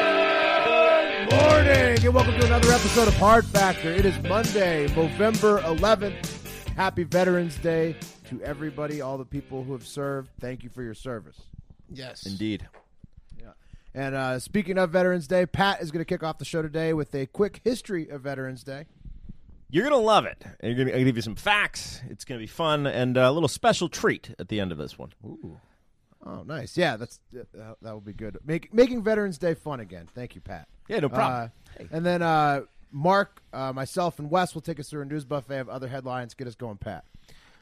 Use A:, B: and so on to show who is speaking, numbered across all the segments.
A: Good morning and welcome to another episode of Hard Factor. It is Monday, November 11th. Happy Veterans Day to everybody, all the people who have served. Thank you for your service.
B: Yes.
C: Indeed.
A: And uh, speaking of Veterans Day, Pat is going to kick off the show today with a quick history of Veterans Day.
C: You're going to love it. And You're going to give you some facts. It's going to be fun and uh, a little special treat at the end of this one.
A: Oh, nice. Yeah, that's uh, that will be good. Make, making Veterans Day fun again. Thank you, Pat.
C: Yeah, no problem.
A: Uh, And then uh, Mark, uh, myself, and Wes will take us through a news buffet of other headlines. Get us going, Pat.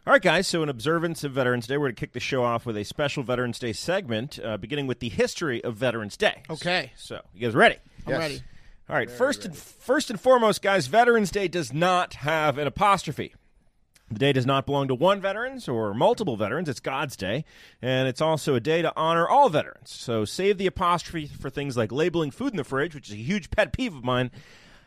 C: All right, guys. So, in observance of Veterans Day, we're going to kick the show off with a special Veterans Day segment, uh, beginning with the history of Veterans Day.
D: Okay,
C: So, you guys ready?
D: I'm ready.
C: All right. First and first and foremost, guys, Veterans Day does not have an apostrophe. The day does not belong to one veterans or multiple veterans. It's God's day, and it's also a day to honor all veterans. So save the apostrophe for things like labeling food in the fridge, which is a huge pet peeve of mine.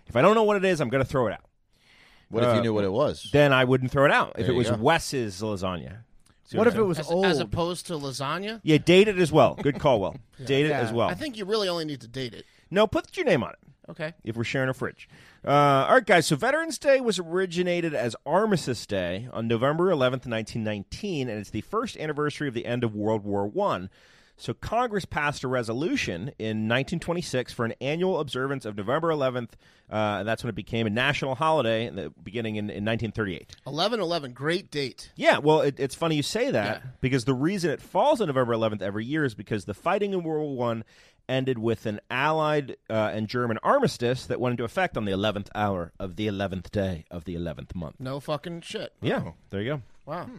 C: If I don't know what it is, I'm going to throw it out. Uh,
E: What if you knew what it was?
C: Then I wouldn't throw it out if
E: There
C: it
E: you
C: was
E: go.
C: Wes's lasagna. See
A: What
C: I'm
A: if it
C: saying?
A: was
D: As,
A: old?
D: as opposed to lasagna,
C: Yeah, date it as well. Good call, well. Date it
A: Yeah.
C: as well.
D: I think you really only need to date it.
C: no, put your name on it.
D: Okay,
C: if we're sharing a fridge. Uh, all right, guys. So Veterans Day was originated as Armistice Day on November 11th, 1919, and it's the first anniversary of the end of World War One. So Congress passed a resolution in 1926 for an annual observance of November 11th, uh, and that's when it became a national holiday, in the, beginning in, in 1938.
D: eleven eleven, great date.
C: Yeah, well, it, it's funny you say that
D: Yeah.
C: because the reason it falls on November 11th every year is because the fighting in World War One ended with an Allied uh, and German armistice that went into effect on the 11th hour of the 11th day of the 11th month.
D: No fucking shit.
C: Yeah, there you go.
D: Wow.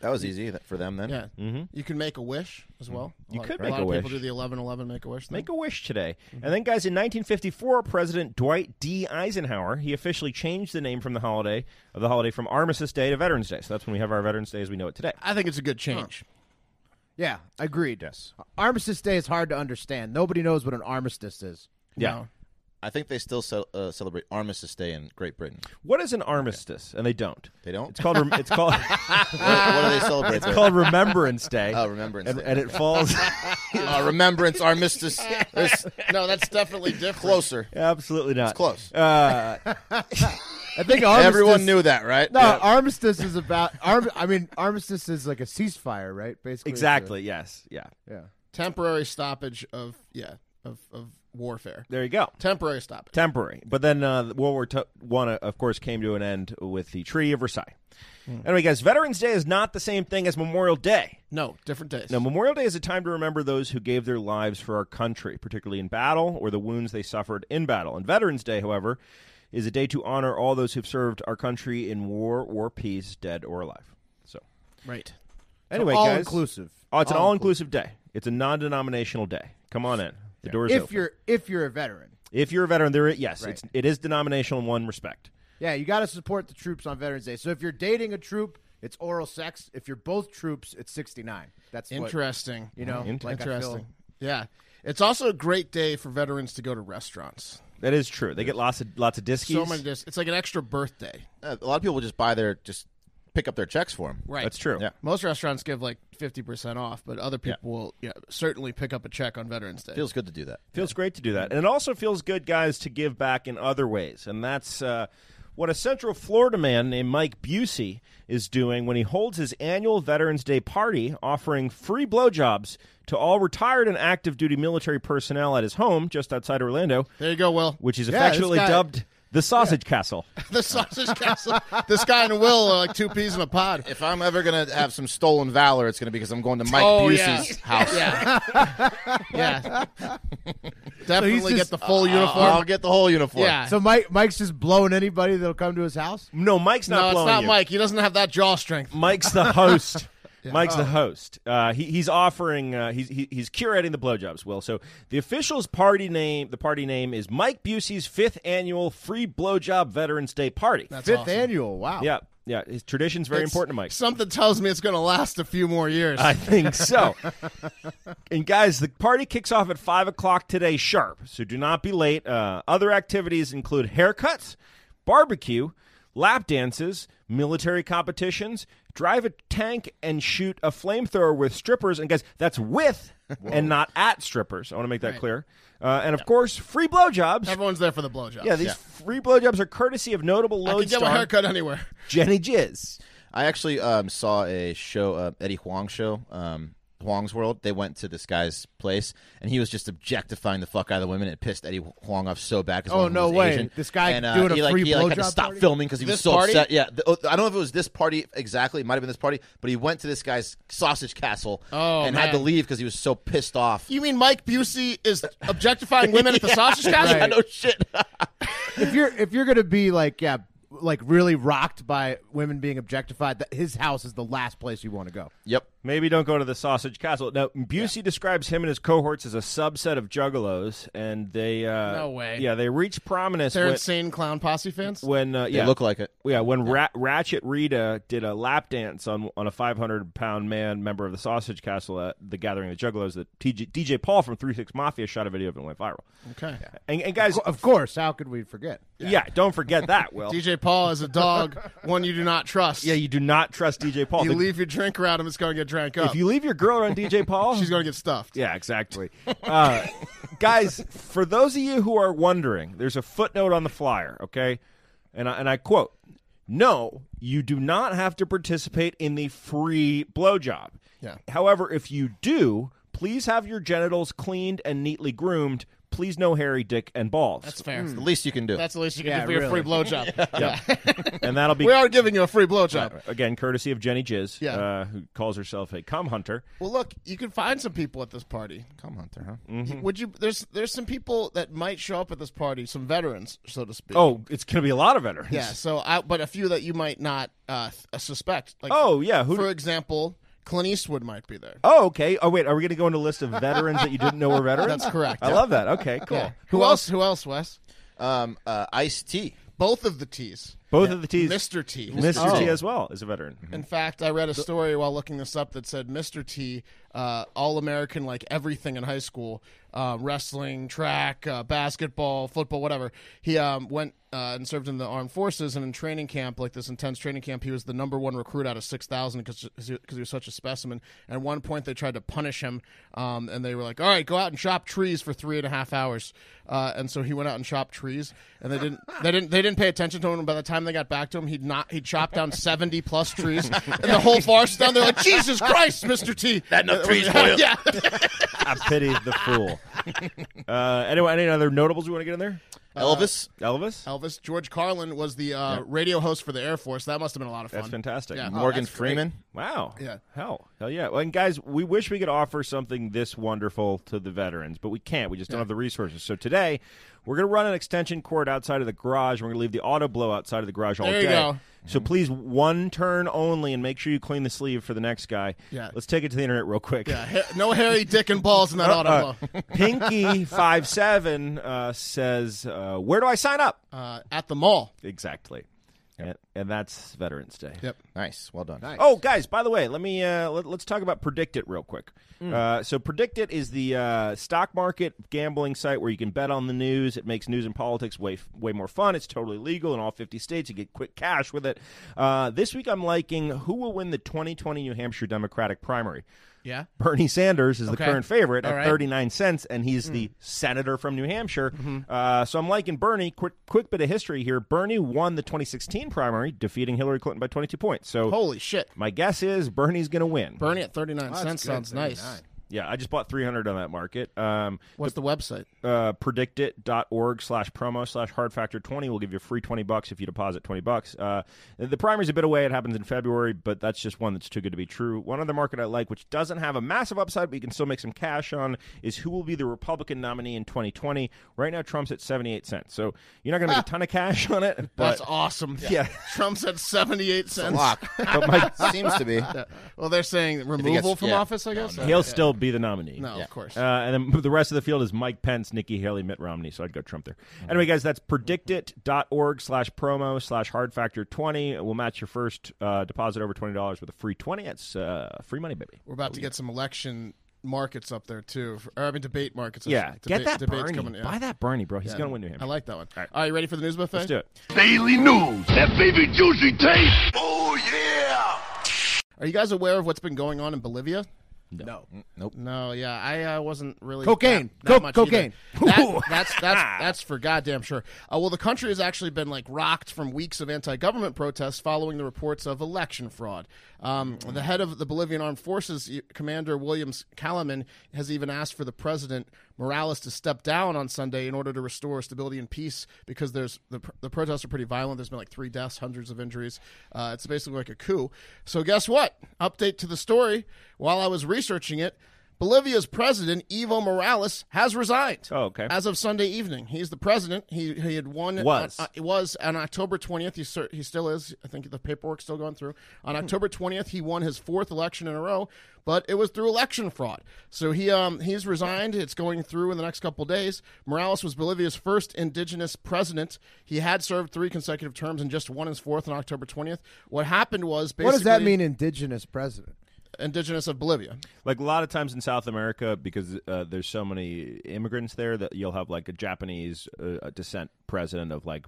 E: That was easy th- for them then.
D: Yeah. You can make a wish as well.
C: You
D: lot-
C: could
D: a
C: make
D: lot
C: a
D: of people
C: wish.
D: do the eleven eleven make a wish. Thing.
C: Make a wish today. And then, guys, in 1954, President Dwight D. Eisenhower he officially changed the name from the holiday of the holiday from Armistice Day to Veterans Day. So that's when we have our Veterans Day as we know it today.
D: I think it's a good change.
A: Yeah, agreed. Yes. Armistice Day is hard to understand. Nobody knows what an armistice is.
C: Yeah.
D: No.
E: I think they still ce- uh, celebrate Armistice Day in Great Britain.
C: What is an armistice? And they don't.
E: They don't?
C: It's called. Rem- it's called.
E: what, what do they celebrate?
C: It's called Remembrance Day.
E: Oh, Remembrance
C: and,
E: Day.
C: And it falls
E: uh, Remembrance Armistice. It's
D: No, that's definitely different.
E: closer.
C: absolutely not.
E: Close.
C: Uh,
A: I think armistice,
E: Everyone knew that, right?
A: No, armistice is about. Arm, I mean, armistice is like a ceasefire, right? Basically, it's a-
C: exactly. Yes. Yeah.
A: yeah.
D: Temporary stoppage of yeah of of warfare.
C: There you go.
D: Temporary stoppage.
C: Temporary. But then uh, World War T- One, uh, of course, came to an end with the Treaty of Versailles.
E: Hmm.
C: Anyway, guys, Veterans Day is not the same thing as Memorial Day.
D: no, different days.
C: Now, Memorial Day is a time to remember those who gave their lives for our country, particularly in battle or the wounds they suffered in battle. And Veterans Day, however, is a day to honor all those who've served our country in war or peace, dead or alive. So,
D: right.
C: anyway,
A: all
C: guys,
A: inclusive.
C: Oh, it's an all-inclusive day. It's a non-denominational day. Come on in. The doors
A: If
C: open.
A: you're if you're a veteran,
C: if you're a veteran, there yes,
A: Right.
C: it's it is denominational in one respect.
A: yeah, you got to support the troops on Veterans Day. So if you're dating a troop, it's oral sex. If you're both troops, it's sixty nine. That's what-
D: Interesting.
A: you know,
C: Int-
A: like I feel-
D: Interesting. Yeah. It's also a great day for veterans to go to restaurants.
C: That is true. They get lots of lots of diskies.
D: So many days. It's like an extra birthday.
E: Uh, a lot of people just buy their, just pick up their checks for them.
D: Right.
C: That's true.
E: Yeah.
D: Most restaurants give like 50% off, but other people will yeah, certainly pick up a check on Veterans Day.
E: Feels good to do that.
C: Feels great to do that. And it also feels good, guys, to give back in other ways. And that's uh, what a Central Florida man named Mike Busey is doing when he holds his annual Veterans Day party, offering free blowjobs to all retired and active duty military personnel at his home just outside Orlando,
D: there you go, Will.
C: which is
A: this
C: affectionately
A: guy-
C: dubbed The Sausage Castle.
D: the sausage castle. This guy and Will are like two peas in a pod.
E: If I'm ever gonna have some stolen valor, it's gonna be because I'm going to Mike
D: Oh,
E: Busey's
D: yeah.
E: house.
D: Yeah, yeah. Definitely get
A: just-
D: the full
E: I'll
D: uniform.
E: get the whole uniform.
D: Yeah.
A: So Mike, Mike's just blowing anybody that'll come to his house.
C: No, Mike's not
D: no, it's
C: blowing
D: not
C: you.
D: Mike. He doesn't have that jaw strength.
C: Mike's the host. Mike's
D: Oh.
C: the host. Uh, he, he's offering. Uh, he's he, he's curating the blowjobs. Will so the official's party name. The party name is Mike Busey's fifth annual free blowjob Veterans Day party.
D: That's
A: Fifth
D: awesome.
A: annual. Wow.
C: yeah, yeah. His tradition's very
D: It's-
C: important to Mike.
D: Something tells me it's going to last a few more years.
C: I think so. and guys, the party kicks off at five o'clock today sharp, so do not be late. Uh, other activities include haircuts, barbecue, lap dances, military competitions, drive a tank and shoot a flamethrower with strippers. And guys, that's with and not at strippers. I want to make that clear. Uh, and of course, free blowjobs.
D: Everyone's there for the blowjob.
C: yeah, these free blowjobs are courtesy of notable
D: I could get
C: lodestar
D: my haircut anywhere.
C: Jenny Jizz.
E: I actually um, saw a show, uh, Eddie Huang show, um, Huang's World. They went to this guy's place, and he was just objectifying the fuck out of the women. It pissed Eddie Huang off so bad. 'cause
A: Oh,
E: one of them
A: no
E: was
A: way.
E: Asian.
A: This guy
E: and, uh,
A: doing a
E: he, like,
A: free
E: he, like, had to
A: blowjob
E: stop
A: party?
E: filming because he was
D: This
E: so
D: party?
E: upset. Yeah, the- oh, I don't know if it was this party exactly. It might have been this party, but he went to this guy's sausage castle
D: Oh,
E: and had to
D: man.
E: leave because he was so pissed off.
D: You mean Mike Busey is objectifying women at the sausage castle?
E: I know shit.
A: If you're if you're gonna be like yeah like really rocked by women being objectified, that his house is the last place you want to go.
E: yep.
C: Maybe don't go to the sausage castle. Now, Busey describes him and his cohorts as a subset of juggalos, and they uh,
D: No way.
C: Yeah, they reach prominence
D: They're
C: when,
D: insane clown posse fans.
C: when uh, yeah,
E: They look like it.
C: yeah, when Ra- Ratchet Rita did a lap dance on on a 500 pound man member of the Sausage Castle at the Gathering of the Juggalos. That TJ, DJ Paul from Three Six Mafia shot a video of it and went viral.
D: Okay.
C: And, and guys,
A: Of course, how could we forget?
C: yeah. don't forget that. Will
D: DJ Paul is a dog, one you do not trust.
C: yeah, you do not trust DJ Paul.
D: you
C: The-
D: leave your drink around him, it's going to get drank up.
C: if you leave your girl around DJ Paul,
D: She's going to get stuffed.
C: Yeah, exactly. Uh, guys, for those of you who are wondering, there's a footnote on the flyer, okay? And I, and I quote No, you do not have to participate in the free blowjob.
D: Yeah.
C: However, if you do, please have your genitals cleaned and neatly groomed. Please, no hairy dick and balls.
D: That's fair.
C: Hmm.
E: The least you can do.
D: That's the least you can
A: Yeah,
D: do for your
A: really.
D: free blowjob.
C: and that'll be,
D: We are giving you a free blowjob.
C: again, courtesy of Jenny Jizz,
D: Yeah.
C: uh, who calls herself a cum hunter.
D: Well, look, you can find some people at this party.
E: Come hunter, huh?
C: Mm-hmm.
D: Would you? There's there's some people that might show up at this party, some veterans, so to speak.
C: Oh, it's going to be a lot of veterans.
D: yeah. So, I, but a few that you might not uh, th- uh, suspect. Like,
C: Oh, yeah. Who,
D: for example, Clint Eastwood might be there.
C: Oh, okay. Oh, wait. Are we going to go into a list of veterans that you didn't know were veterans?
D: That's correct.
C: I
D: Yeah.
C: love that. Okay, cool.
D: Yeah. Who, else? Who else? Wes?
E: Um, uh, Ice T.
D: Both of the T's.
C: Both of the T's.
D: Mr. T.
C: Mr. T
E: Oh.
C: as well is a veteran.
D: In fact, I read a story while looking this up that said Mr. T, uh, all American, like everything in high school, uh, wrestling, track, uh, basketball, football, whatever. He um, went uh, and served in the armed forces, and in training camp, like this intense training camp, he was the number one recruit out of six thousand because he 'cause he was such a specimen. And at one point, they tried to punish him, um, and they were like, "All right, go out and chop trees for three and a half hours." Uh, and so he went out and chopped trees, and they didn't they didn't they didn't pay attention to him. And by the time they got back to him, he'd not he chopped down seventy plus trees, and the whole forest down. They're like, "Jesus Christ, Mister T, that
E: enough trees for you.
D: yeah,
C: I pity the fool. Uh, anyway, any other notables we want to get in there?
E: Elvis.
C: Elvis?
D: Elvis George Carlin was the uh, radio host for the Air Force. That must have been a lot of fun.
C: That's fantastic.
D: Yeah. Oh,
E: Morgan
D: that's great.
E: Freeman.
C: Wow.
D: Yeah.
C: Hell. Hell yeah. Well, and guys, we wish we could offer something this wonderful to the veterans, but we can't. We just don't have the resources. So today, we're going to run an extension cord outside of the garage. We're going to leave the auto blow outside of the garage all
D: There
C: day.
D: you go. Mm-hmm.
C: So please, one turn only, and make sure you clean the sleeve for the next guy.
D: Yeah.
C: Let's take it to the internet real quick.
D: Yeah, ha- no hairy dick and balls in
C: Uh,
D: that auto blow.
C: Pinky five seven uh, says, uh, "Where do I sign up?"
D: uh, at the mall.
C: Exactly, and, and that's Veterans Day.
D: Yep.
E: Nice. Well done.
C: Oh, guys! By the way, let me uh, let, us talk about Predict It real quick.
D: Mm.
C: Uh, so, Predict It is the uh, stock market gambling site where you can bet on the news. It makes news and politics way way more fun. It's totally legal in all fifty states. You get quick cash with it. Uh, this week, I'm liking who will win the 2020 New Hampshire Democratic primary.
D: Yeah.
C: Bernie Sanders is the
D: Okay.
C: current favorite
D: All
C: at
D: right. Hmm.
C: 39 cents, and he's the senator from New Hampshire.
D: Mm-hmm.
C: Uh, so I'm liking Bernie. Quick, quick bit of history here. Bernie won the 2016 primary, defeating Hillary Clinton by 22 points. So
D: Holy shit.
C: my guess is Bernie's going to win.
D: Bernie at 39 cents sounds nice.
C: Yeah, I just bought 300 on that market. Um,
D: What's the website?
C: uh, predictit.org slash promo slash hard factor 20 will give you a free 20 bucks if you deposit 20 bucks uh, the primary's a bit away it happens in february but that's just one that's too good to be true one other market i like which doesn't have a massive upside but you can still make some cash on is who will be the republican nominee in 2020 right now trump's at 78 cents so you're not going to make a ton of cash on it but
D: That's awesome.
C: Yeah.
D: Trump's at 78 cents.
E: Lock.
C: But my-
E: Seems to be.
D: Well, they're saying removal
E: gets-
D: from
E: yeah.
D: office, I guess.
C: Uh, he'll still be the nominee
D: No, of course.
C: Uh, and then the rest of the field is Mike Pence, Nikki Haley, Mitt Romney. So I'd go Trump there. Anyway, guys, that's predictit.org slash promo slash hard factor 20. We'll match your first uh, deposit over $20 with a free 20. That's uh, free money, baby.
D: We're about to get some election markets up there too, for, or I mean debate markets. I
C: Yeah.
D: should-
C: Get
D: debate-
C: that
D: debates
C: Bernie.
D: coming, yeah.
C: Buy that Bernie, bro. He's
D: Yeah.
C: going to win New Hampshire.
D: I like that one. All
C: right.
D: right, you ready for the news buffet?
C: Let's do it.
F: Daily news. That baby juicy tape. Oh yeah.
D: Are you guys aware of what's been going on in Bolivia?
A: No.
E: Nope.
D: No, yeah, I uh, wasn't really
A: Cocaine.
D: that- that
A: Co-
D: much either.
A: cocaine.
D: That- that's that's that's for goddamn sure. Uh, well, the country has actually been like rocked from weeks of anti-government protests following the reports of election fraud. Um, The head of the Bolivian Armed Forces, y- Commander Williams Calaman, has even asked for the president Morales to step down on Sunday in order to restore stability and peace because there's the pr- the protests are pretty violent. There's been like three deaths, hundreds of injuries. Uh, it's basically like a coup. So guess what? Update to the story. While I was researching it. Bolivia's president Evo Morales has resigned.
C: Oh, okay.
D: As of Sunday evening, he's the president. He he had won
C: Was.
D: on- uh, it was on October 20th. He cer- he still is. I think the paperwork's still going through. On
A: Hmm.
D: October 20th, he won his fourth election in a row, but it was through election fraud. So he um he's resigned. It's going through in the next couple days. Morales was Bolivia's first indigenous president. He had served three consecutive terms and just won his fourth on October 20th. What happened was basically
A: What does that mean, indigenous president?
D: indigenous of Bolivia.
C: Like a lot of times in South America, because uh, there's so many immigrants there, that you'll have like a Japanese uh, descent president of like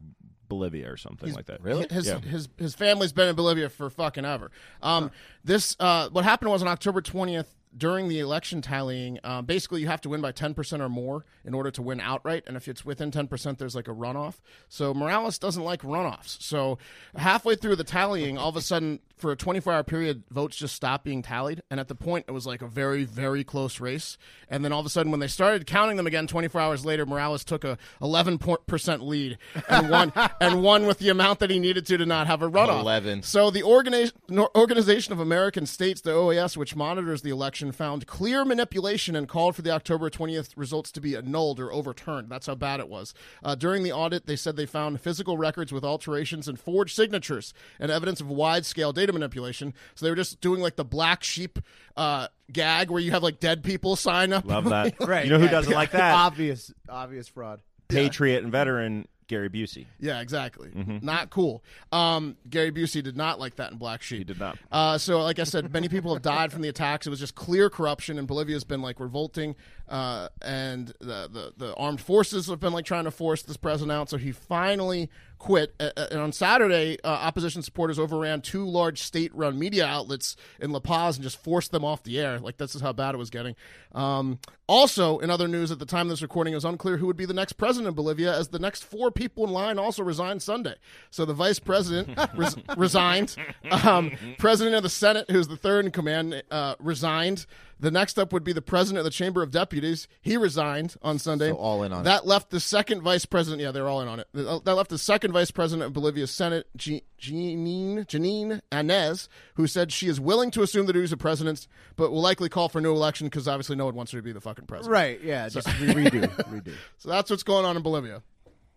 C: Bolivia or something like that.
E: Really?
D: His
C: Yeah.
D: his his family's been in Bolivia for fucking ever. Um, this uh, what happened was on October twentieth during the election tallying. Um, basically, you have to win by ten percent or more in order to win outright, and if it's within ten percent, there's like a runoff. So Morales doesn't like runoffs. So halfway through the tallying, all of a sudden, for a twenty four hour period, votes just stopped being tallied, and at the point, it was like a very very close race. And then all of a sudden, when they started counting them again, twenty four hours later, Morales took a eleven percent lead and won and won with the amount that he needed to to not have a runoff.
E: 11.
D: So the organi- Nor- Organization of American States, the OAS, which monitors the election, found clear manipulation and called for the October 20th results to be annulled or overturned. That's how bad it was. Uh, during the audit, they said they found physical records with alterations and forged signatures and evidence of wide-scale data manipulation. So they were just doing like the black sheep uh, gag where you have like dead people sign up.
C: Love that. You know who doesn't like that?
A: Obvious, obvious fraud.
C: Patriot and veteran Gary Busey.
D: Yeah, exactly.
C: Mm-hmm.
D: Not cool. Um, Gary Busey did not like that in Black Sheep. He
C: did not.
D: Uh, so, like I said, many people have died from the attacks. It was just clear corruption, and Bolivia's been like revolting, uh, and the, the the armed forces have been like trying to force this president out. So he finally quit. Uh, uh, and on Saturday, uh, opposition supporters overran two large state-run media outlets in La Paz and just forced them off the air. Like this is how bad it was getting. Um, also, in other news, at the time of this recording, it was unclear who would be the next president of Bolivia, as the next four people in line also resigned Sunday. So the vice president res- resigned, um, president of the Senate, who's the third in command, uh, resigned. The next up would be the president of the Chamber of Deputies. He resigned on Sunday.
E: So all in on it.
D: that left the second vice president. Yeah, they're all in on it. That left the second vice president of Bolivia's Senate, G- Janine Janine Anez, who said she is willing to assume the duties of president, but will likely call for a new election because obviously no one wants her to be the fucking president.
A: Right. Yeah. Just re- redo, redo.
D: So that's what's going on in Bolivia.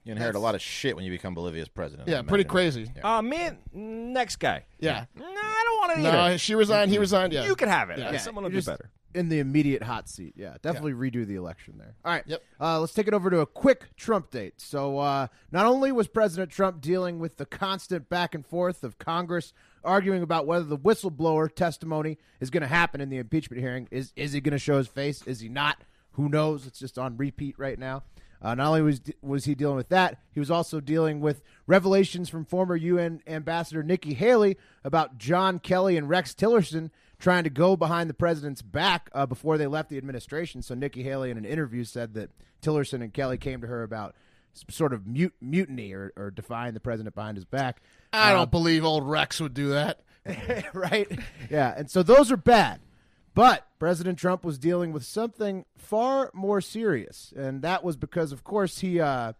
E: You inherit a lot of shit when you become Bolivia's president.
D: Yeah,
E: I
D: pretty
E: imagine.
D: crazy. Yeah.
C: Uh, man, next guy. Nah, I don't want it either.
D: No, she resigned. He resigned. Yeah.
C: You can have it.
D: Yeah.
C: Uh, Someone will do
A: Just
C: better.
A: In the immediate hot seat. Yeah. Definitely redo the election there. All right.
D: Yep.
A: Uh, let's take it over to a quick Trump date. So, uh, not only was President Trump dealing with the constant back and forth of Congress arguing about whether the whistleblower testimony is going to happen in the impeachment hearing, is is he going to show his face? Is he not? Who knows? It's just on repeat right now. Uh, not only was was he dealing with that, he was also dealing with revelations from former UN Ambassador Nikki Haley about John Kelly and Rex Tillerson trying to go behind the president's back uh, before they left the administration. So Nikki Haley, in an interview, said that Tillerson and Kelly came to her about s- sort of mut- mutiny or, or defying the president behind his back.
D: I don't believe old Rex would do that.
A: right? Yeah, and so those are bad. But President Trump was dealing with something far more serious, and that was because, of course, he uh,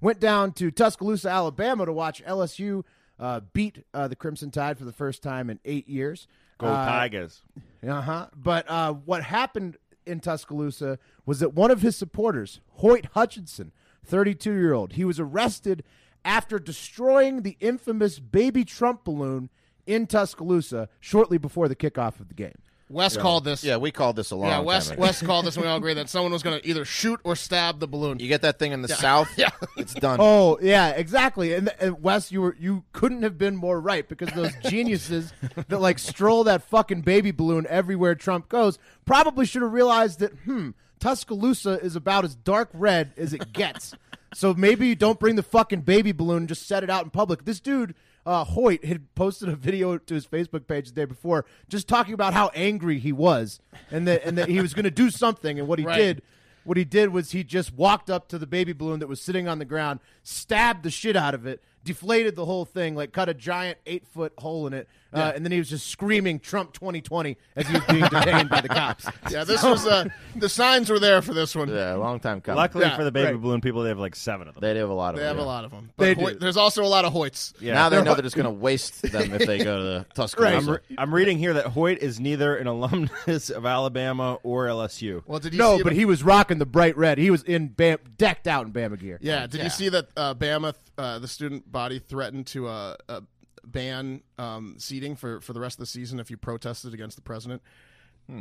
A: went down to Tuscaloosa, Alabama, to watch LSU uh, beat uh, the Crimson Tide for the first time in eight years.
C: Go
A: Uh,
C: Tigers.
A: uh-huh. But uh, what happened in Tuscaloosa was that one of his supporters, Hoyt Hutchinson, 32-year-old, he was arrested after destroying the infamous baby Trump balloon in Tuscaloosa shortly before the kickoff of the game.
D: Wes called this.
E: Yeah, Oh, we called this a long
D: yeah.
E: time
D: Wes
E: ago.
D: Wes called this, and we all agree that someone was going to either shoot or stab the balloon.
E: You get that thing in the south, yeah. it's done.
A: Oh yeah, exactly. And, and Wes, you were you couldn't have been more right because those geniuses that like stroll that fucking baby balloon everywhere Trump goes probably should have realized that hmm, Tuscaloosa is about as dark red as it gets. so maybe you don't bring the fucking baby balloon and just set it out in public. This dude. Uh, Hoyt had posted a video to his Facebook page the day before, just talking about how angry he was, and that and that he was going to do something, and what he
D: Right.
A: did what he did was he just walked up to the baby balloon that was sitting on the ground, stabbed the shit out of it, deflated the whole thing, like cut a giant eight foot hole in it, uh, and then he was just screaming Trump 2020 as he was being detained by the cops.
D: Yeah, this was uh, the signs were there for this one.
E: yeah, a long time coming.
C: Luckily
D: yeah,
C: for the baby
A: right.
C: balloon people, they have like seven of them.
E: they do have a lot of.
D: They
E: them,
D: have a
E: yeah.
D: lot of them.
A: They
D: But Hoyt-
A: do.
D: There's also a lot of Hoyts.
C: yeah.
E: Now they know they're just going to waste them if they go to Tuscaloosa.
C: I'm, re- I'm reading here that Hoyt is neither an alumnus of Alabama or LSU.
D: Well, did you
A: no,
D: see
A: but
D: the-
A: he was rocking the bright red. He was in Bam- decked out in Bama gear.
D: Yeah, did you see that uh, Bama, th- uh, the student body, threatened to uh, uh, ban um, seating for, for the rest of the season if you protested against the president?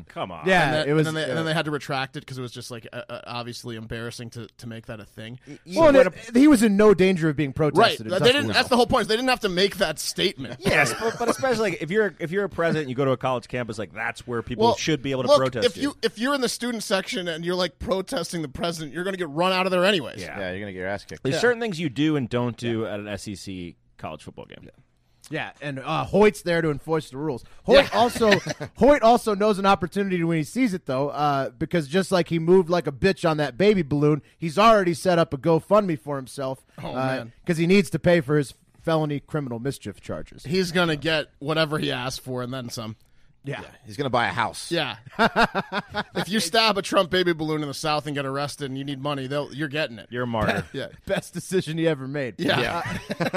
C: Come on.
A: Yeah,
D: And, that-
A: it was.
D: and, then they, and
A: uh,
D: then they had to retract it because it was just like uh, uh, obviously embarrassing to, to make that a thing.
A: well, and it- he was in no danger of being
D: Right.
A: protested. in
D: They didn't,
A: Tuscaloosa.
D: that's the whole point. is They didn't have to make that statement.
C: Yes, but, but especially like, if you're if you're a president, and you go to a college campus, like that's where people should be able to
D: look,
C: protest.
D: If you if you're in the student section and you're like protesting the president, you're going to get run out of there anyways.
C: Yeah.
E: Yeah, you're going to get your ass kicked.
C: there's certain things you do and don't do at an SEC college football game.
A: Yeah, and uh, Hoyt's there to enforce the rules. Hoyt also Hoyt also knows an opportunity when he sees it though, uh, because just like he moved like a bitch on that baby balloon, he's already set up a GoFundMe for himself because
D: Oh, man.
A: he needs to pay for his felony criminal mischief charges.
D: He's going to get whatever he asked for and then some.
A: Yeah,
E: He's going to buy a house.
D: Yeah. if you stab a Trump baby balloon in the South and get arrested and you need money, they'll, you're getting it.
C: You're a martyr.
D: yeah.
A: best decision he ever made.
D: Yeah.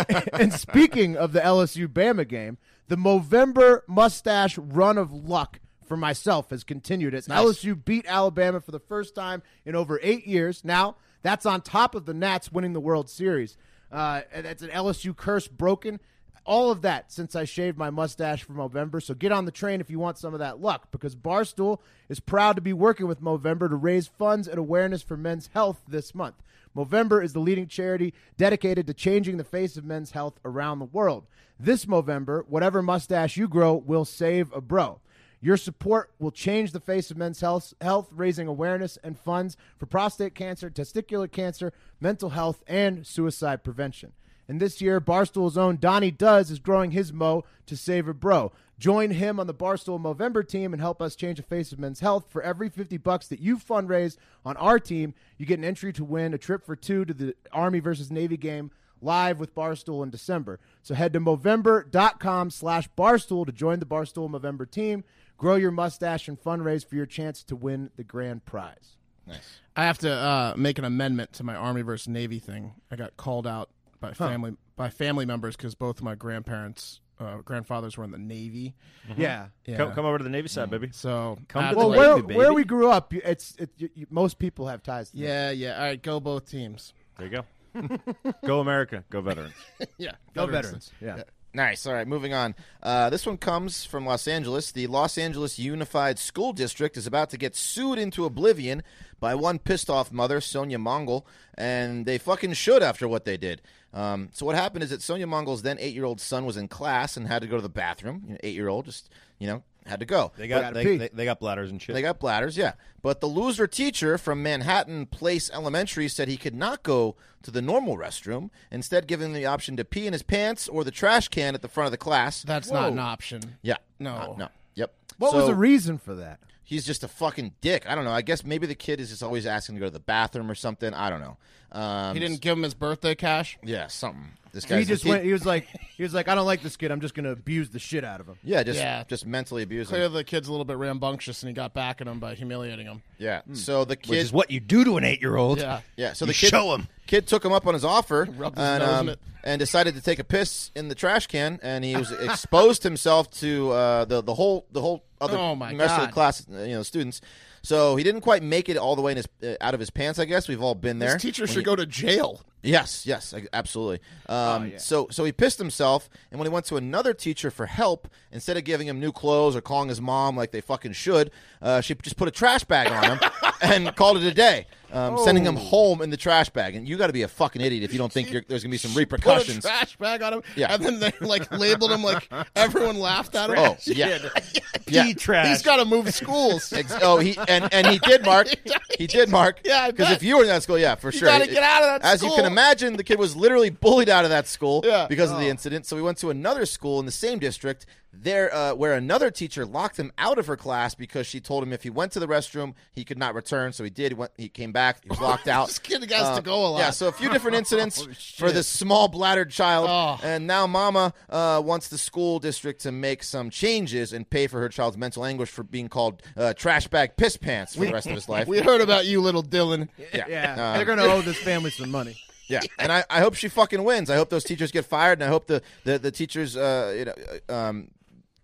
A: and speaking of the LSU Bama game, the Movember mustache run of luck for myself has continued as LSU beat Alabama for the first time in over eight years. Now, that's on top of the Nats winning the World Series. Uh, and that's an LSU curse broken. All of that since I shaved my mustache for Movember. So get on the train if you want some of that luck because Barstool is proud to be working with Movember to raise funds and awareness for men's health this month. Movember is the leading charity dedicated to changing the face of men's health around the world. This Movember, whatever mustache you grow will save a bro. Your support will change the face of men's health, health, raising awareness and funds for prostate cancer, testicular cancer, mental health, and suicide prevention. And this year, Barstool's own Donnie Does is growing his Mo to save a bro. Join him on the Barstool Movember team and help us change the face of men's health. For every 50 bucks that you fundraise on our team, you get an entry to win a trip for two to the Army versus Navy game live with Barstool in December. So head to Movember.com slash Barstool to join the Barstool Movember team, grow your mustache, and fundraise for your chance to win the grand prize.
D: I have to uh, make an amendment to my Army versus Navy thing. I got called out by family by family members because both of my grandparents, uh, grandfathers were in the Navy.
A: Yeah.
D: Mm-hmm. Yeah.
C: Come, come over to the Navy
D: Mm.
C: side, baby.
D: So
C: Come
D: I-
C: to the
A: Well,
C: Navy,
A: where,
C: baby.
A: where we grew up, you- it's it, you, you- most people have ties to that.
D: yeah, yeah. All right, go both teams.
C: There you go. go America. Go veterans.
D: Yeah,
A: Go veterans. Yeah.
E: Nice. All right, moving on. Uh, this one comes from Los Angeles. The Los Angeles Unified School District is about to get sued into oblivion by one pissed off mother, Sonia Mongol, and they fucking should after what they did. Um, so what happened is that Sonia Mongol's then eight year old son was in class and had to go to the bathroom. You know, eight year old just you know had to go.
C: They
E: But-
C: got
A: pee.
C: they, they, they got bladders and shit.
E: they got bladders, yeah. But the loser teacher from Manhattan Place Elementary said he could not go to the normal restroom, instead giving him the option to pee in his pants or the trash can at the front of the class.
D: That's not an option.
E: yeah.
D: No.
E: Uh, no. Yep.
A: What was
E: So
A: the reason for that?
E: he's just a fucking dick. I don't know. I guess maybe the kid is just always asking to go to the bathroom or something. I don't know. Um,
D: He didn't give him his birthday cash.
E: Yeah, something. This
A: He
E: guy's
A: just
E: he-
A: went. He was like, he was like, I don't like this kid. I'm just gonna abuse the shit out of him.
E: Yeah, just
D: Yeah.
E: just mentally abusing.
D: Clearly, the kid's a little bit rambunctious, and he got back at him by humiliating him.
E: Yeah.
A: Hmm.
E: So the
C: which
E: kid
C: is what you do to an eight-year-old.
D: Yeah.
E: Yeah, so
C: You
E: the kid,
C: show 'em.
E: kid took him up on his offer
D: Rubbed his
E: and,
D: nose in
E: um,
D: it.
E: and decided to take a piss in the trash can, and he was exposed himself to uh, the the whole the whole other
D: Oh, my
E: rest of the
D: God.
E: class, uh, you know, students. So he didn't quite make it all the way in his uh, out of his pants. I guess we've all been there.
D: His teacher should go to jail.
E: Yes, yes, I- absolutely.
D: Oh,
E: Um, So, so he pissed himself, and when he went to another teacher for help, instead of giving him new clothes or calling his mom like they fucking should, uh, she just put a trash bag on him and called it a day, um, sending
D: Oh.
E: him home in the trash bag. And you got to be a fucking idiot if you don't think you're, there's gonna be some
D: Put a
E: repercussions.
D: trash bag on him.
E: Yeah.
D: And then they like labeled him like everyone laughed at him.
E: Oh yeah, yeah.
C: trash.
D: He's got to move schools.
E: Ex- Oh, he and, and he did, Mark. He did, Mark.
D: Yeah, I
E: because
D: bet.
E: if you were in that school, yeah, for sure.
D: gotta
E: It-
D: get out of that
E: As you can
D: school.
E: imagine, the kid was literally bullied out of that school
D: Yeah. Oh.
E: because of the incident. So we went to another school in the same district, there uh, where another teacher locked him out of her class because she told him if he went to the restroom, he could not return. So he did. He, went, he came back. He was locked out. Uh,
D: This kid has to go a lot.
E: Yeah, so a few different incidents for this small bladdered child,
D: Oh.
E: and now Mama uh, wants the school district to make some changes and pay for her child's mental anguish for being called uh, trash bag piss pants for the rest of his life.
D: we heard about you, little Dylan.
E: yeah,
C: Uh,
A: Yeah,
E: Um,
A: they're gonna owe this family some money.
E: yeah, and I, I hope she fucking wins. I hope those teachers get fired, and I hope the the, the teachers, uh, you know, uh, um,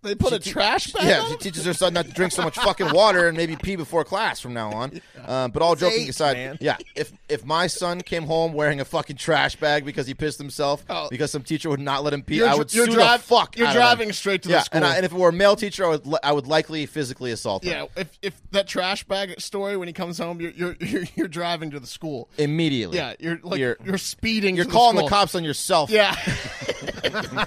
D: They put a trash bag
E: yeah,
D: on
E: she
D: him?
E: teaches her son not to drink so much fucking water and maybe pee before class from now on. Um, but all joking
C: eight,
E: aside,
C: man.
E: yeah, if if my son came home wearing a fucking trash bag because he pissed himself
D: Oh.
E: because some teacher would not let him pee,
D: You're
E: I
D: dri-
E: would
D: you're
E: sue
D: drive-
E: the fuck.
D: you're
E: out of him.
D: driving straight to the
E: yeah,
D: school.
E: And, I, and if it were a male teacher, I would li- I would likely physically assault him.
D: Yeah, if if that trash bag story when he comes home, you're you're you're, you're driving to the school.
E: immediately.
D: Yeah, you're like
E: You're-
D: you're, speeding.
E: You're
D: to
E: calling the
D: school.
E: cops on yourself.
D: Yeah,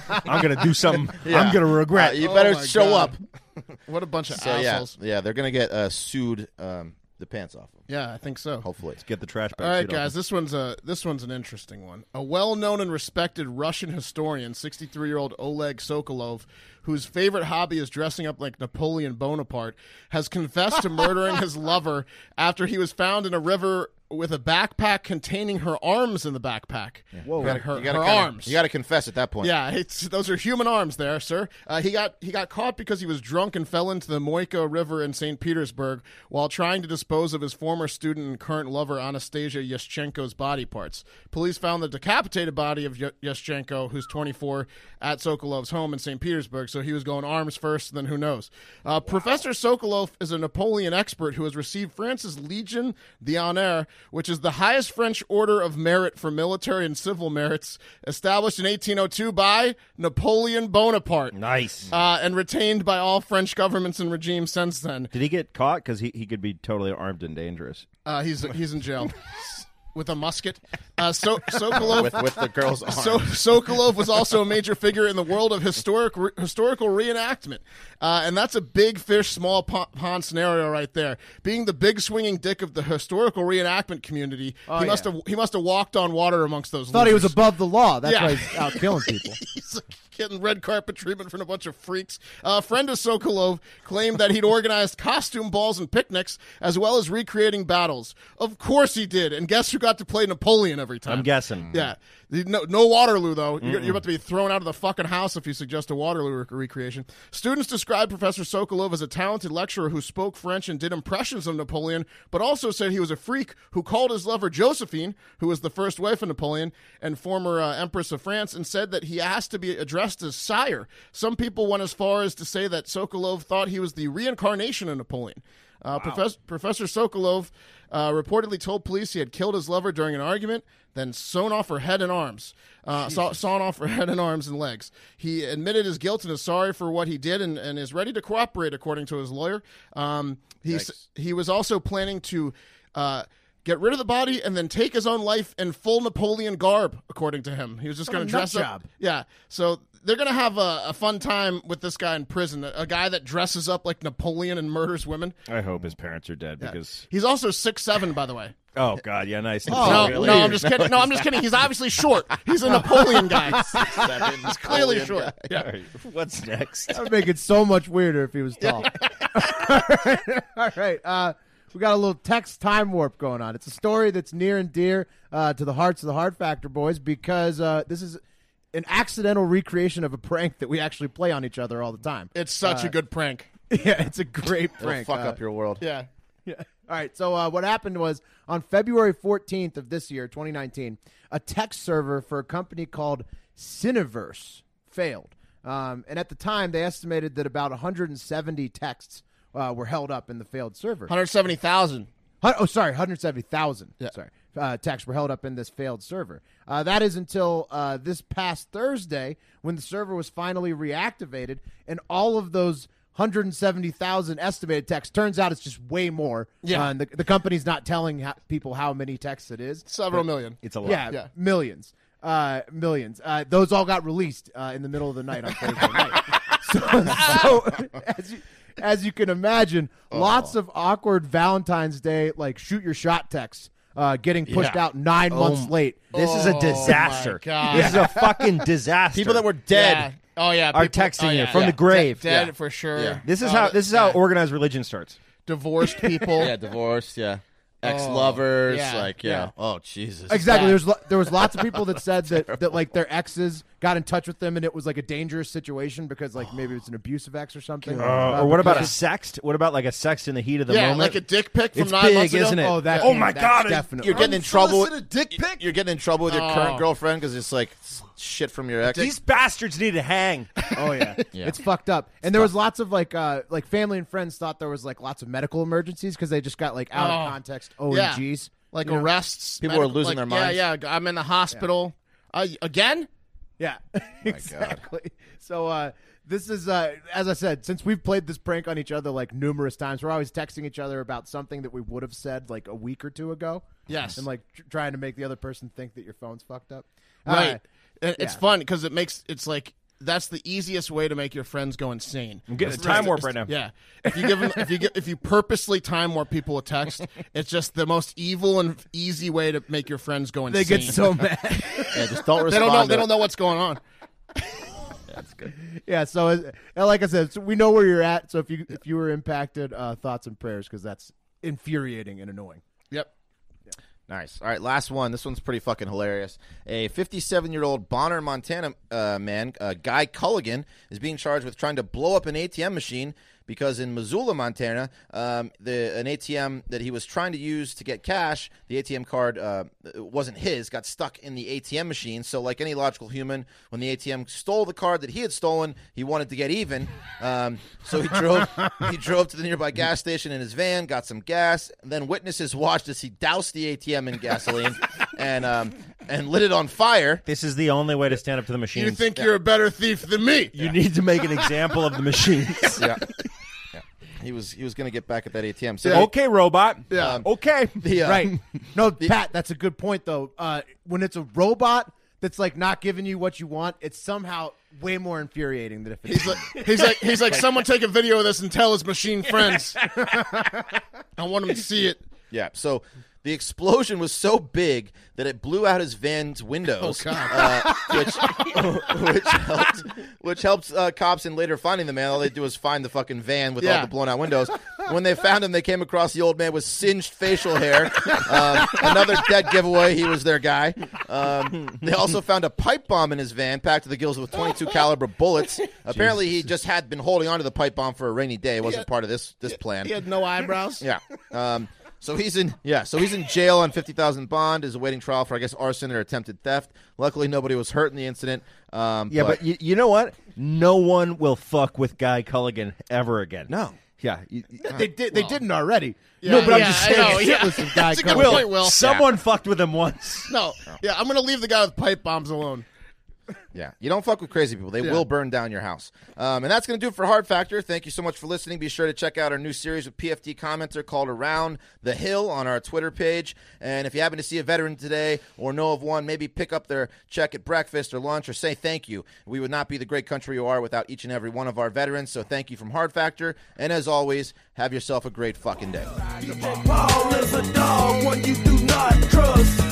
C: I'm gonna do something.
E: Yeah.
C: I'm gonna regret.
E: Uh, you
D: Oh
E: better
D: my
E: show
D: God.
E: up.
D: what a bunch of
E: So yeah,
D: assholes.
E: yeah, they're gonna get uh, sued. Um, the pants off them,
D: Yeah. I think so.
E: hopefully.
C: Get the trash bag.
D: All right,
C: suit on.
D: guys, this one's a this one's an interesting one. A well-known and respected Russian historian, 63-year-old Oleg Sokolov, whose favorite hobby is dressing up like Napoleon Bonaparte, has confessed to murdering his lover after he was found in a river with a backpack containing her arms in the backpack. Whoa, her, her,
E: You gotta
D: her
E: kinda-
D: arms.
E: You got to confess at that point.
D: Yeah, it's, those are human arms, there, sir. Uh, he got he got caught because he was drunk and fell into the Moika River in Saint Petersburg while trying to dispose of his former student and current lover Anastasia Yashchenko's body parts. Police found the decapitated body of y- Yashchenko, who's 24, at Sokolov's home in Saint Petersburg. So he was going arms first, and then who knows? Uh, Professor Sokolov is a Napoleon expert who has received France's Legion d'Honneur, which is the highest French order of merit for military and civil merits, established in 1802 by Napoleon Bonaparte.
C: Nice.
D: Uh, and retained by all French governments and regimes since then.
C: Did he get caught? Because he, he could be totally armed and dangerous.
D: Uh, he's he's in jail with a musket. Uh, so Sokolov
E: with with the girl's arm.
D: So Sokolov was also a major figure in the world of historic re- historical reenactment, uh, and that's a big fish, small po- pond scenario right there. Being the big swinging dick of the historical reenactment community, he must
A: Oh, yeah.
D: have he must have walked on water amongst those.
A: Thought he was
D: losers.
A: above the law. That's
D: Yeah.
A: why he's out killing people.
D: He's getting red carpet treatment from a bunch of freaks. a friend of Sokolov claimed that he'd organized costume balls and picnics, as well as recreating battles. Of course he did, and guess who got to play Napoleon every time?
C: I'm guessing.
D: Yeah. The- No, no Waterloo, though. You're, you're about to be thrown out of the fucking house if you suggest a Waterloo rec- recreation. Students described Professor Sokolov as a talented lecturer who spoke French and did impressions of Napoleon, but also said he was a freak who called his lover Josephine, who was the first wife of Napoleon and former uh, Empress of France, and said that he asked to be addressed as sire. Some people went as far as to say that Sokolov thought he was the reincarnation of Napoleon. Uh, Professor, Professor Sokolov uh, reportedly told police he had killed his lover during an argument, then sewn off her head and arms, uh, saw, sawn off her head and arms and legs. He admitted his guilt and is sorry for what he did and, and is ready to cooperate, according to his lawyer. Um, he, s- he was also planning to uh, get rid of the body and then take his own life in full Napoleon garb, according to him. He was just
A: What a
D: going to dress
A: nut
D: up.
A: job.
D: Yeah. So they're going to have a, a fun time with this guy in prison, a, a guy that dresses up like Napoleon and murders women.
C: I hope his parents are dead because
D: He's also six seven, by the way.
C: Oh God, yeah, nice.
D: no, no, I'm just kidding. No, I'm just kidding. He's obviously short. He's a Napoleon guy.
E: Seven
D: Clearly
E: Napoleon
D: short.
E: guy.
D: Yeah.
C: All right, What's next?
D: Oh,
A: That would make it so much weirder if he was tall. All right. Uh, we got a little text time warp going on. It's a story that's near and dear uh, to the hearts of the Hard Factor boys because uh, this is an accidental recreation of a prank that we actually play on each other all the time.
D: It's such a good prank.
A: yeah, it's a great
E: It'll
A: prank.
E: fuck
A: Uh,
E: up your world.
D: Yeah.
A: All right. So uh, what happened was on February 14th of this year, 2019, a text server for a company called Cineverse failed, um, and at the time they estimated that about 170 texts uh, were held up in the failed server.
D: 170,000.
A: Hun- oh, sorry, 170,000. Sorry. Uh, texts were held up in this failed server. Uh, that is until uh, this past Thursday when the server was finally reactivated, and all of those 170,000 estimated texts turns out it's just way more.
D: Yeah.
A: Uh, and the, the company's not telling ho- people how many texts it is.
D: Several million.
C: It's a lot.
A: Yeah,
D: Yeah.
A: millions. Uh, millions. Uh, those all got released uh, in the middle of the night on Thursday night. So, so as, you, as you can imagine, lots of awkward Valentine's Day, like shoot your shot texts, uh, getting pushed
C: Yeah.
A: out nine months late.
C: This is a
D: Oh,
C: disaster.
D: my God.
C: This is a fucking disaster.
E: People that were dead.
D: Yeah. Oh, yeah.
C: Are
D: people-
C: texting
D: oh,
C: you
D: yeah,
C: from
D: yeah.
C: the grave. Uh,
D: De- dead
E: Yeah.
D: for sure.
E: Yeah.
C: This is
D: Oh,
C: how this is how
D: yeah.
C: organized religion starts.
D: divorced people.
E: Yeah, divorced. Yeah, ex-lovers.
D: yeah,
E: like, yeah.
D: yeah.
E: Oh Jesus.
A: Exactly.
D: Yeah.
A: There's lo- there was lots of people that said that, that like their exes got in touch with them and it was like a dangerous situation because like maybe it's an abusive ex or something. Uh,
C: or what about a
A: because-
C: sext? What about like a sext in the heat of the
D: Yeah,
C: moment?
D: like a dick pic from
C: it's
D: nine
C: big,
D: months ago.
C: isn't it?
A: Oh, that.
C: oh my
A: that's
C: God!
A: Definitely.
E: You're getting in trouble.
G: Unsolicited dick pic?
E: You're getting in trouble with your
D: Oh.
E: current girlfriend because it's like s- shit from your ex.
C: These bastards need to hang.
A: Oh yeah. it's fucked up. And there was lots of like, uh, like family and friends thought there was like lots of medical emergencies because they just got like out
D: Oh.
A: of context
D: Yeah.
A: OEGs.
D: Like
A: you know?
D: arrests.
E: People are
D: medical- like,
E: losing their minds.
D: Yeah, yeah. I'm in the hospital. Uh, again? Oh
A: Yeah, exactly. So uh, this is, uh, as I said, since we've played this prank on each other like numerous times, we're always texting each other about something that we would have said like a week or two ago.
D: Yes.
A: and like tr- trying to make the other person think that your phone's fucked up.
D: Right.
A: Uh,
D: And It's
A: yeah.
D: fun because it makes it's like that's the easiest way to make your friends go insane. I'm
C: getting a time warp right now.
D: Yeah, if you give them, if you gi- if you purposely time warp people a text, it's just the most evil and easy way to make your friends go insane.
A: they get so mad.
E: Yeah, just don't
D: They
E: respond.
D: don't know.
E: to
D: They
E: it.
D: don't know what's going on.
A: yeah so uh, and like i said so we know where you're at so if you if you were impacted uh thoughts and prayers because that's infuriating and annoying
D: Yep.
E: Nice. All right, last one. This one's pretty fucking hilarious. A 57 year old Bonner, Montana uh, man, uh, Guy Culligan, is being charged with trying to blow up an ATM machine because in Missoula, Montana, um, the an ATM that he was trying to use to get cash, the ATM card uh, it wasn't his, got stuck in the ATM machine. So, like any logical human, when the ATM stole the card that he had stolen, he wanted to get even. Um, so he drove he drove to the nearby gas station in his van, got some gas, and then witnesses watched as he doused the ATM in gasoline and um, and lit it on fire.
C: This is the only way to stand up to the machines.
D: You think you're a better thief than me?
C: You need to make an example of the machines.
E: Yeah. Yeah. He was he was gonna get back at that ATM. So
C: Okay, robot.
E: Yeah.
C: Okay.
E: the, uh,
A: right no pat that's a good point though uh when it's a robot that's like not giving you what you want it's somehow way more infuriating than if it's
D: He's like, he's like, he's like, someone take a video of this and tell his machine friends. I want them to see it.
E: Yeah. So the explosion was so big that it blew out his van's windows, uh, which which helped which helped uh, cops in later finding the man. All they do is find the fucking van with
D: Yeah.
E: all the blown out windows. When they found him, they came across the old man with singed facial hair. Um, another dead giveaway. He was their guy. Um, they also found a pipe bomb in his van, packed to the gills with 22 caliber bullets. Apparently, he just had been holding onto the pipe bomb for a rainy day. It wasn't part of this this plan.
D: He had no eyebrows.
E: Yeah. Um, so he's in yeah. So he's in jail on fifty thousand bond. Is awaiting trial for I guess arson or attempted theft. Luckily, nobody was hurt in the incident. Um,
C: Yeah, but, you, you know what? No one will fuck with Guy Culligan ever again. No. Yeah. you-
A: they did they didn't already
D: Yeah,
A: no but i'm
D: yeah,
A: just
D: I
A: saying
D: know,
A: shit
D: yeah.
A: was some guy
D: That's a good
A: coming.
D: point, Will.
C: Someone fucked with him once.
D: No, yeah, I'm gonna leave the guy with pipe bombs alone.
E: Yeah, you don't fuck with crazy people. They will burn down your house. Um, and that's going to do it for Hard Factor. Thank you so much for listening. Be sure to check out our new series with PFT commenter called Around the Hill on our Twitter page. And if you happen to see a veteran today or know of one, maybe pick up their check at breakfast or lunch or say thank you. We would not be the great country you are without each and every one of our veterans. So thank you from Hard Factor. And as always, have yourself a great fucking day.
G: Paul is a dog, one you do not trust.